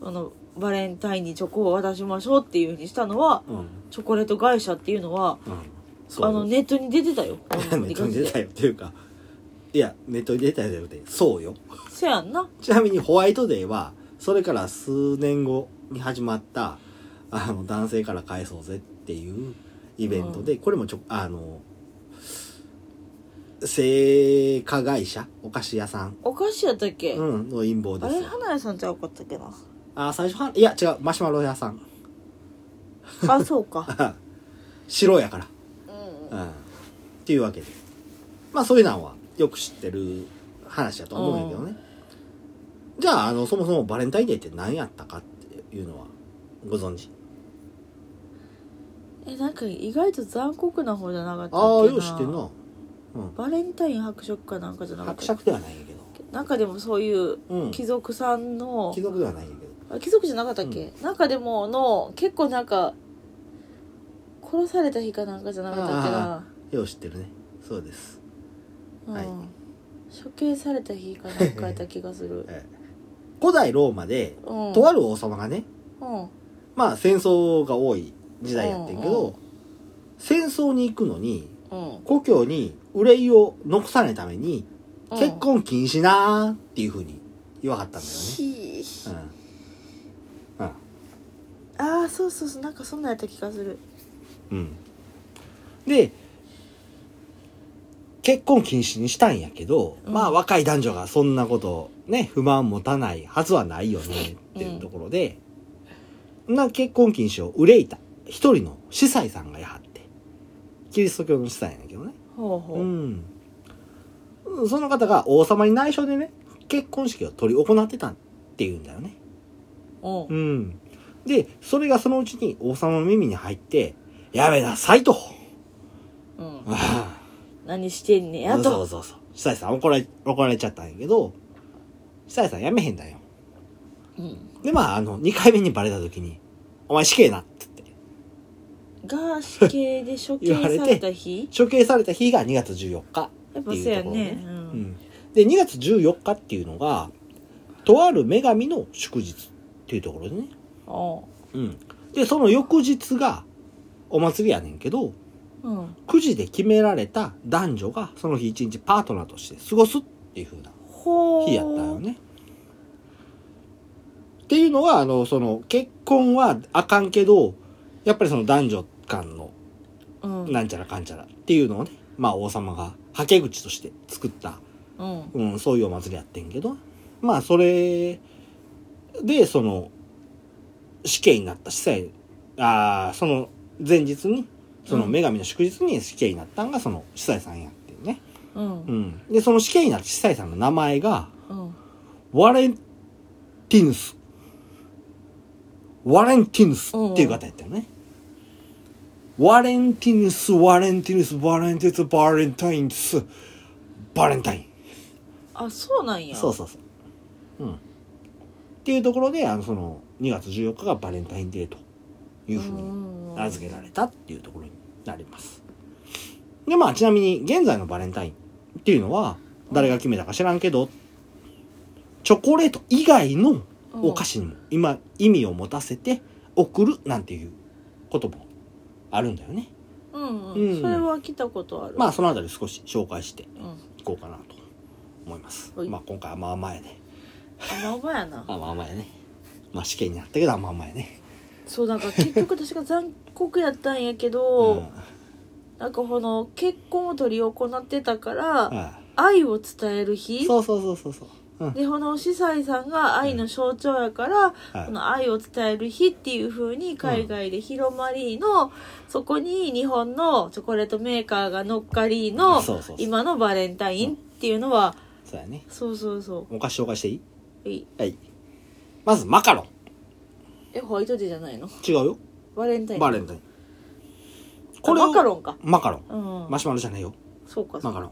うん
あのバレンタインにチョコを渡しましょうっていうふうにしたのは
うんうん
チョコレート会社っていうのは
そう
あのネットに出てたよ
[LAUGHS] ネットに出たよっていうかいやネットに出たよじゃなくてそうよ
せやんな
ちなみにホワイトデーはそれから数年後に始まったあの男性から返そうぜっていうイベントで、これもちょあの製菓会社お菓子屋さん、
お菓子やったっけ、
うん、の陰謀
あ
で
れ
す
花屋さんちゃうかった
[LAUGHS]
っけな
あ最初はいや違うマシュマロ屋さん [LAUGHS]
あそうか
白やから、
うん
うん、っていうわけでまあそういうのはよく知ってる話だと思うんやけどね、じゃああのそもそもバレンタインデーって何やったかっていうのはご存知
えなんか意外と残酷な方じゃなかったっけな
ああよう知ってんな、うん、
バレンタイン伯爵かなんかじゃなかっ
伯
たっ
爵ではないんやけ
けなんかでもそういう
ど、うん、
貴
貴
族さんの、
族ではないんやけど
あ貴族じゃなかったっけ、なんかでもの結構なんか殺された日かなんかじゃなかったっけな、
よう知ってるねそうです、
うん
はい
処刑された日かなんかやった気がする
ええ古代ローマで
うん
とある王様がね
うん
まあ戦争が多い時代やってんけど、
うんう
戦争に行くのに
うん
故郷に憂いを残さないために、
うん
結婚禁止なーっていうふうに言わはったんだよね
ひ
う
ー
んうん
ああそうそうそうなんかそんなんやった気がする
うん、で結婚禁止にしたんやけど、
うん
まあ若い男女がそんなことね不満持たないはずはないよねっていうところで、な結婚禁止を憂いた一人の司祭さんがやはってキリスト教の司祭やねんけどね、
ほうほう、
うん、その方が王様に内緒でね結婚式を取り行ってたっていうんだよね
うん
うん。で、それがそのうちに王様の耳に入って、やめなさいと。
うん、
あ
何してんね [LAUGHS] や
あそう
と
そうそう。久井さん怒られ、怒られちゃったんやけど、久井さんやめへんだよ。
うん、
で、まあ、あの、2回目にバレた時に、お前死刑なって言って、
が死刑で処
言われ
刑
て
され
[LAUGHS]
た日
処刑された日が2月14日。
やっぱそうやね、う、
うんん。で、2月14日っていうのが、とある女神の祝日っていうところでね。
おう
うん。で、その翌日が、お祭りやねんけど、
うん
9時で決められた男女が、その日一日パートナーとして過ごすっていう風な
ほう
日やったよね。っていうのは、あの、その、結婚はあかんけど、やっぱりその男女間の、
うんうん
なんちゃらかんちゃらっていうのをね、まあ王様が、はけ口として作った、
うん
うん、そういうお祭りやってんけど、まあそれで、その、死刑になった司祭、ああ、その前日に、その女神の祝日に死刑になったんが、その司祭さんやってんね。
う
うんん。で、その死刑になった司祭さんの名前が、
うん
ワレンティヌス。ワレンティヌスっていう方やったよね。ワレンティヌス、ワレンティヌス、ワレンティヌス、バレンタインス、バレンタイ
あそうなん
ン。
や
そうそうそう。うん。っていうところで、あの、その、2月14日がバレンタインデーというふうに
ん
名付けられたっていうところになります。で、まあ、ちなみに、現在のバレンタインっていうのは、誰が決めたか知らんけど、チョコレート以外のお菓
子
子にも今意味を持たせて送るなんていうこともあるんだよね
うん
う
うんんそれは来たことある
まあそのあたり少し紹介してい
うん
こうかなと思います
はい
まあ今回はまあ前で
あお前やな
まあまあ前ねまあ試験になったけどまあ前ね
そうなんか結局確か残酷やったんやけど、
うん
なんかこの結婚を取り行ってたから、
あ
愛を伝える
あ
日
そうそうそうそうそううん
でこの司祭さんが愛の象徴やから、
はい
この愛を伝える日っていう風に海外で広まりの、そこに日本のチョコレートメーカーが乗っかりの
そうそうそう
今のバレンタインっていうのは、
そうやね
そうそうそ
お菓子紹介していいう
え
はいまずマカロン
えホワイトデーじゃないの
違うよ
バレンタイン
バレンタイン
これ
を
マカロンか
マカロン
うん、
マシュマロじゃないよ
そうかそ
マ
う
カ
か
ロン。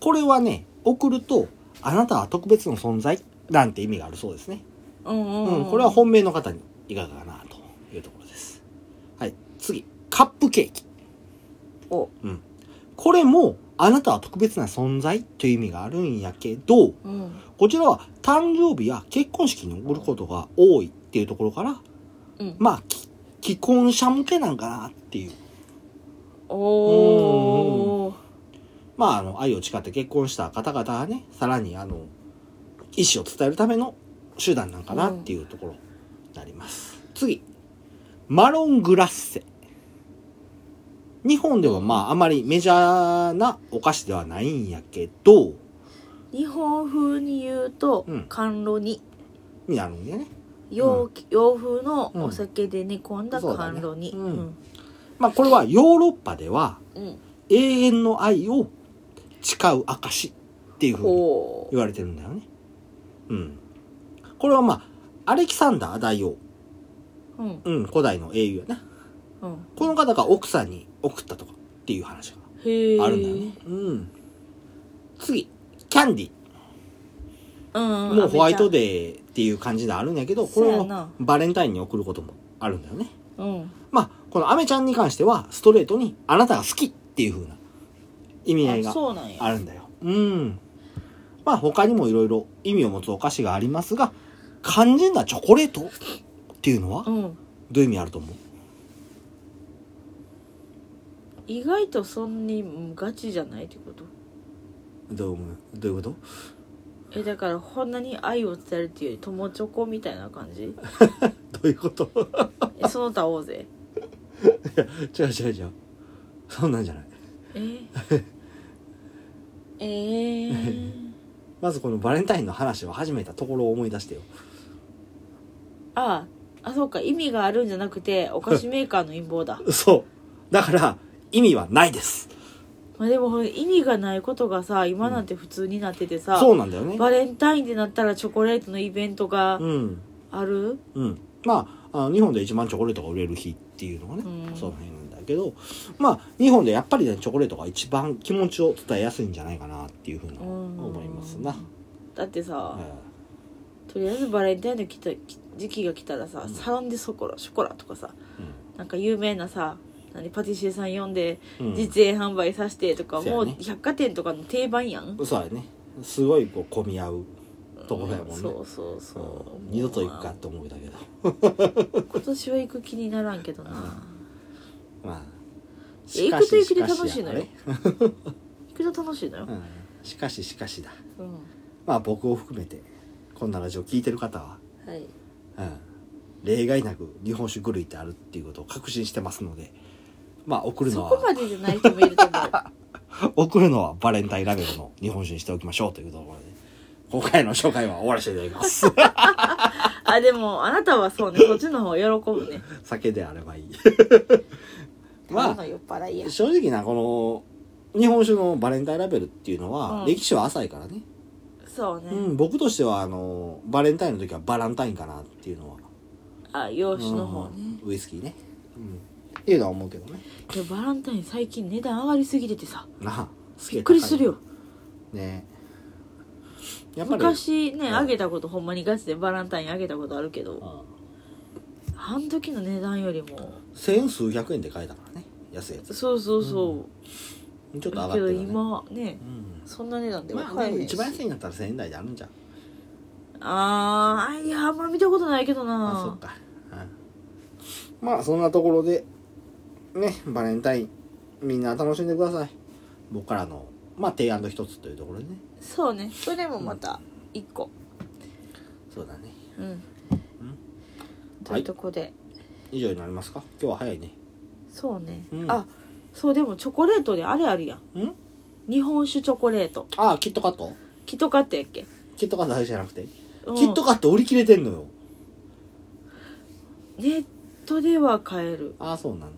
これはね、送ると、あなたは特別の存在なんて意味があるそうですね。
うんうん、
うん、これは本命の方にいかがかなというところです。はい、次、カップケーキ。
お
うん。これも、あなたは特別な存在という意味があるんやけど、
うん
こちらは誕生日や結婚式に送ることが多いっていうところから、
うん
まあ、き既婚者向けなんかなっていう。
おー
まあ、あの、愛を誓って結婚した方々はね、さらに、あの、意思を伝えるための手段なんかなっていうところになります。次。マロングラッセ。日本ではまあ、あまりメジャーなお菓子ではないんやけど、
日本風に言うと、
うん
甘露煮
になるんだよね。
洋,、洋風の
うん
お酒で寝込んだ
そうだ
甘
ね
露煮
う
うんん
まあ、これはヨーロッパでは
うん
永遠の愛を誓う証っていうふうに
ほう
言われてるんだよね。うん。これはまあ、アレキサンダー大王。
うん
うん、古代の英雄やな。
うん
この方が奥さんに送ったとかっていう話が
へえ
あるんだよね。うん。次、キャンディ。
うんうん
もうホワイト
で
デーっていう感じであるんやけど、こ
そう
れ
や
を
な
バレンタインに送ることもあるんだよね。
うん
まあ、このアメちゃんに関しては、ストレートにあなたが好きっていう風な意味合い
あ
が
そうなんや
あるんだよ。うん。まあ他にもいろいろ意味を持つお菓子がありますが、肝心なチョコレートっていうのは
う、ん
どういう意味あると思う
意外とそんなにうんガチじゃないってこと
どう思うどういうこと [LAUGHS]
えだからこんなに愛を伝えるっていうより友チョコみたいな感じ
どういうこと [LAUGHS]
えその他大勢
違う違う違うそんなんじゃない
え
[LAUGHS]
ーえー
まずこのバレンタインの話を始めたところを思い出してよ
あああそうか意味があるんじゃなくてお菓子メーカーの陰謀
[LAUGHS]
だ
そうだから意味はないです
まあでもほら意味がないことがさ今なんて普通になっててさ、
そうなんだよね
バレンタインでなったらチョコレートのイベントが
うん
ある、
うんまああの日本で一番チョコレートが売れる日っていうのがね、
うん
そうなんだけどまあ日本でやっぱりねチョコレートが一番気持ちを伝えやすいんじゃないかなっていうふうに
うん
思いますな、
だってさ、
え
とりあえずバレンタインの来たき時期が来たらさ、サロンでソコラショコラとかさなんか有名なさ何パティシエさん呼んで
うん
実演販売させてとか、
そうや
もう
ね
百貨店とかの定番やん
うんそうやねすごいこう混み合うところやもんね、
そうそうそう、
うん二度と行くかって思うだけど
今年は行く気にならんけどな、
まあ
いや行くと行くで楽しいのよ、行くと楽しいのよ
う、ん、しかししかしだ
うん
まあ僕を含めてこんなラジオ聞いてる方は、
はい
うん、例外なく日本酒狂いってあるっていうことを確信してますのでまあ送る
そ
の
こ
は
までじゃない人もいると思
[LAUGHS]
う
送るのはバレンタインラベルの日本酒にしておきましょうというところで今回の紹介は終わらせていただきます
[LAUGHS] あでもあなたはそうねそっちの方喜ぶね
酒であればいい
ただ
ま
の
あ
酔っ払いや
正直なこの日本酒のバレンタインラベルっていうのは、
うん
歴史は浅いからね、
そうね、
うん、僕としてはあのバレンタインの時はバランタインかなっていうのは
あ養子の方ね、
うんウイスキーね、うん、っていうのは思うけどね
いやバランタイン最近値段上がりすぎててさ
なあ
びっくりするよ
ねやっぱり
昔ね
うん
あげたことほんまにガチでバランタインあげたことあるけ
う
ど
ん
あの時の値段よりも
千数百円で買えたからね安いやつち
そうそうそ
ょっと上
う、
がっ
け
て
ど
る、ね、
今ね
うん
そんな値段では
まあで
買え
も
へん
一
し、
番安いんだったら千円台であるんじゃん
あーあいやあんま見たことないけど
あそ
な
っか、うん、まあそんなところでねバレンタインみんな楽しんでください僕からのまあ提案の一つというところでね
そうねそれもまた一個
そうだね
うん、と
はいいう
とこで、
以上になりますか今日は早いね
そうね、
うん
あそうでもチョコレートであれあるやん
ん
日本酒チョコレート
ああキットカット
キットカットやっけ、
キットカットだけじゃなくて
うん
キットカット売り切れてんのよ
ネットでは買える
ああそうなの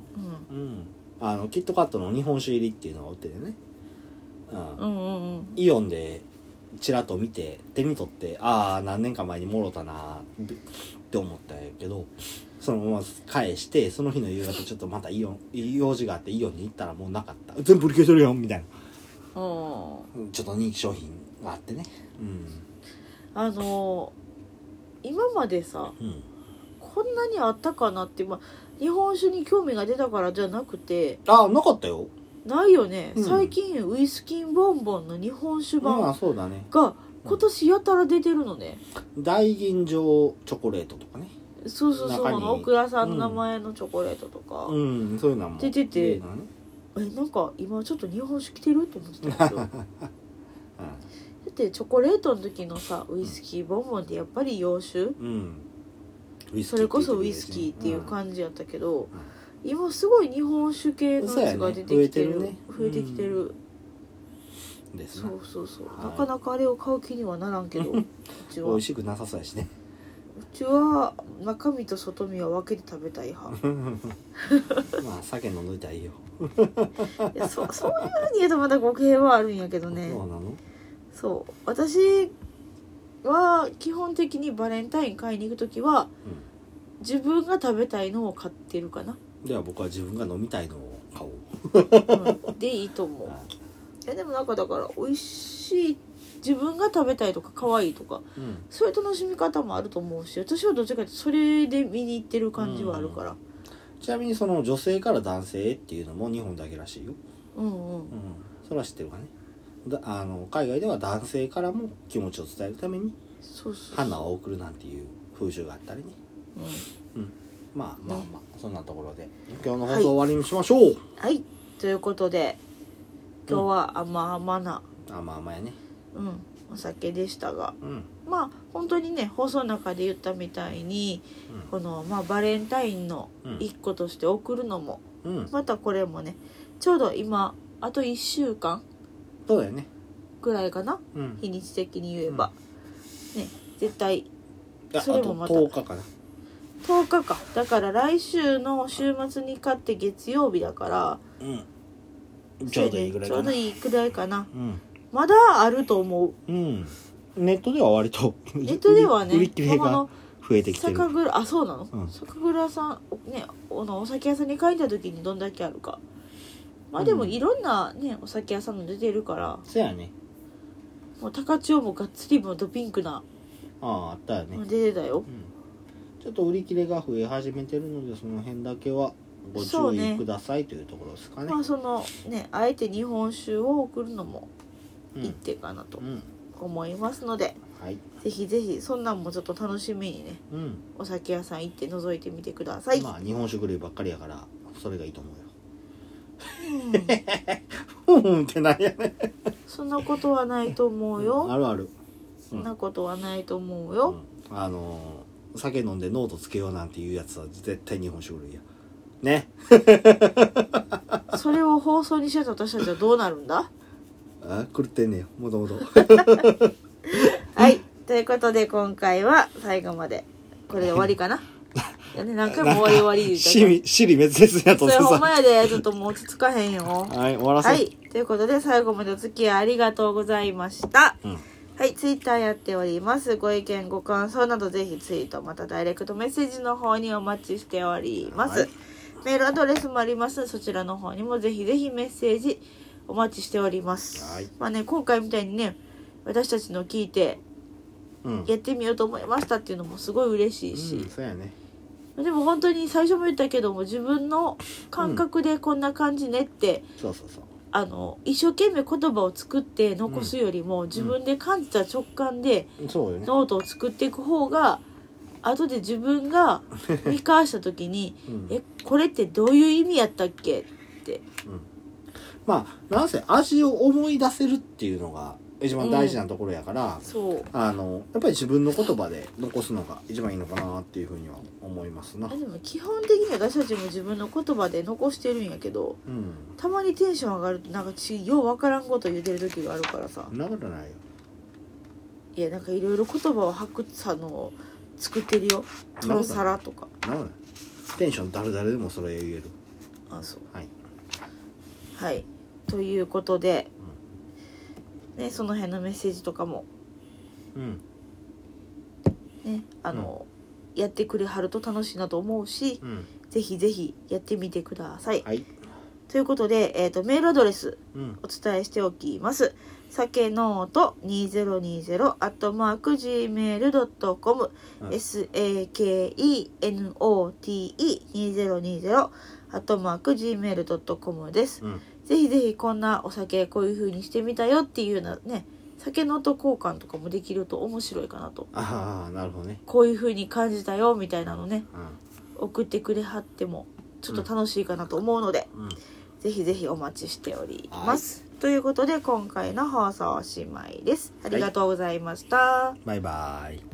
うん
うんあのキットカットの日本酒入りっていうのが売っててね、うん
うんうんうん
イオンでちらっと見て手に取ってああ何年か前にもろたなーって思ったんやけどそのまま返してその日の夕方ちょっとまたイオン用事があってイオンに行ったらもうなかった全部売り切れてるよみたいな
うん
ちょっと人気商品があってね
あのー今までさ
うんうん
こんなにあったかなって、まあ、日本酒に興味が出たからじゃなくて
ああなかったよ
ないよね、
うん
最近ウイスキンボンボンの日本酒
まあ
版
そうだね
が今年やたら出てるのね、
大吟醸チョコレートとかね
そうそうそう
中に
あの奥田さんの名前のチョコレートとか、
うんそういうのはもう
出てて
例のね
えなんか今ちょっと日本酒来てると思って
[LAUGHS]
たんですよだってチョコレートの時のさウイスキーボンボンってやっぱり洋酒
うんうんウイスキ
そ
ー
れこそウイスキーっていう感じやったけど、
ん
今すごい日本酒系のやつが出てきてる
そうやね
増
増
え
えてる
て
ね
きてる、
じです
そ
ね
うそうそう、
はい
なかなかあれを買う気にはな
[LAUGHS]
らんけどうち
美
はう
味しくなさそうやしね
ちは中身と外身は分けて食べたい [LAUGHS] 派
まあ酒飲んどいたらいいよ、
いやそそういうふうに言うとまた語弊はあるんやけどね
そうなの
そう私は基本的にバレンタイン買いに行く時は自分が食べたいのを買ってるかな、
では僕は自分が飲みたいのを買おう
うん、でいいと思う
あ
いやでもなんかだから美味しい自分が食べたいとか可愛いとか
うん
そういう楽しみ方もあると思うし私はどっちかっていうとそれで見に行ってる感じはあるから
ちなみにその女性から男性っていうのも日本だけらしいよ、
うんう
うんん、それは知ってるかねだあの海外では男性からも気持ちを伝えるために
そうそう
花を贈るなんていう風習があったりね
うん
まあまあまあそんなところで今日の放送終わりにしましょう、
はいということで今日は甘々な、
あまあまあやね
うん、お酒でしたが
うん
まあ本当にね放送の中で言ったみたいにこの、まあ、バレンタインの
うん
一個として送るのも
うん、うん、
またこれもねちょうど今あと1週間
そうだよね
ぐらいかな
うん
日にち的に言えば、ね絶対
いやあ
それ
と
もまた
10日かな
10日かだから来週の週末に買って月曜日だから
うんちょうどいいぐらい
そ
か
うね
な
ちょうどいいくらいかな
うん
まだあると思う
うん。ネットでは割と、
ネットではね
売り切れ
ここ
が
の
増えてきてる。
酒蔵あそうなの、
うん
酒蔵さんねおのお酒屋さんに書いた時にどんだけあるかまあでも
うん
いろんなね、お酒屋さんの出てるから
そうやね。
もう高千穂もがっつりもうドピンクな
あああったよね、うん、
出てたよ
ちょっと売り切れが増え始めてるのでその辺だけはご
そう
注
ね
意くださいというところですかね
まあそのねあえて日本酒を送るのも
う
一
ん、
手かなと
うん、
思いますので、
はい
ぜひぜひそんなんもちょっと楽しみにね
うん
お酒屋さん行って覗いてみてください、
まあ日本酒狂いばっかりやからそれがいいと思うよ
う
[LAUGHS]
ん
うんってなんやね
そんなことはないと思うよ、
あるある
そんなことはないと思う
う
よ、
んあのー酒飲んでノートつけようなんていうやつは絶対日本酒類やね
それを放送にしてた私たちはどうなるんだ
あ狂ってんねよもともと
はいということで今回は最後までこれで終わ
[LAUGHS]
りかないやね何回も終わり終わり言うたけ
死
ど
に死に滅裂やと思
それ
って
ほんま
さ
やでちょっともう落ち着かへんよ
はい終わらせ、
はい。ということで、最後までお付き合いありがとうございました。
うん
はい。ツイッターやっております。ご意見、ご感想など、ぜひツイート、またダイレクトメッセージの方にお待ちしております。
はい
メールアドレスもあります。そちらの方にもぜひぜひメッセージお待ちしております。
はい
まあね、今回みたいにね、私たちの聞いて、
うん
やってみようと思いましたっていうのもすごい嬉しいし、
うん、そうやね
でも本当に最初も言ったけども、自分の感覚でこんな感じねって、
そうそうそう
あの一生懸命言葉を作って残すよりも、自分で感じた直感で
そうよね
ノートを作っていく方が後で自分
[LAUGHS]
が見返した時に
うん
「えこれってどういう意味やったっけ?」って
まあなんせ味を思い出せるっていうのが一番大事なところやから、
そう
あのやっぱり自分の言葉で残すのが一番いいのかなっていうふうには思いますな
あでも基本的に私たちも自分の言葉で残してるんやけど
うん
たまにテンション上がるとなんかちようわからんこと言うてる時があるからさ
そんなことないよ
いやなんかいろいろ言葉を発掘あの作ってるよトロサラとか
なるほどテンション誰々でもそれ言える
あそう
はい
はい。ということで、ね、その辺のメッセージとかも、
うん
ね、あの、やってくれはると楽しいなと思うし、
うん
ぜひぜひやってみてください。
はい
ということで、えっ、と、メールアドレス
うん
お伝えしておきます。さけのうと2020アットマーク Gmail.com
うん
sakenote2020 アットマーク Gmail.com です。
うん
ぜひぜひこんなお酒こういう風にしてみたよっていうようなね酒の音交換とかもできると面白いかなと
ああなるほどね
こういう風に感じたよみたいなのね
う
送ってくれはってもちょっと楽しいかなと思うので、
んうん
ぜひぜひお待ちしております、ということで今回の放送おしまいですありがとうございました、
バイバイ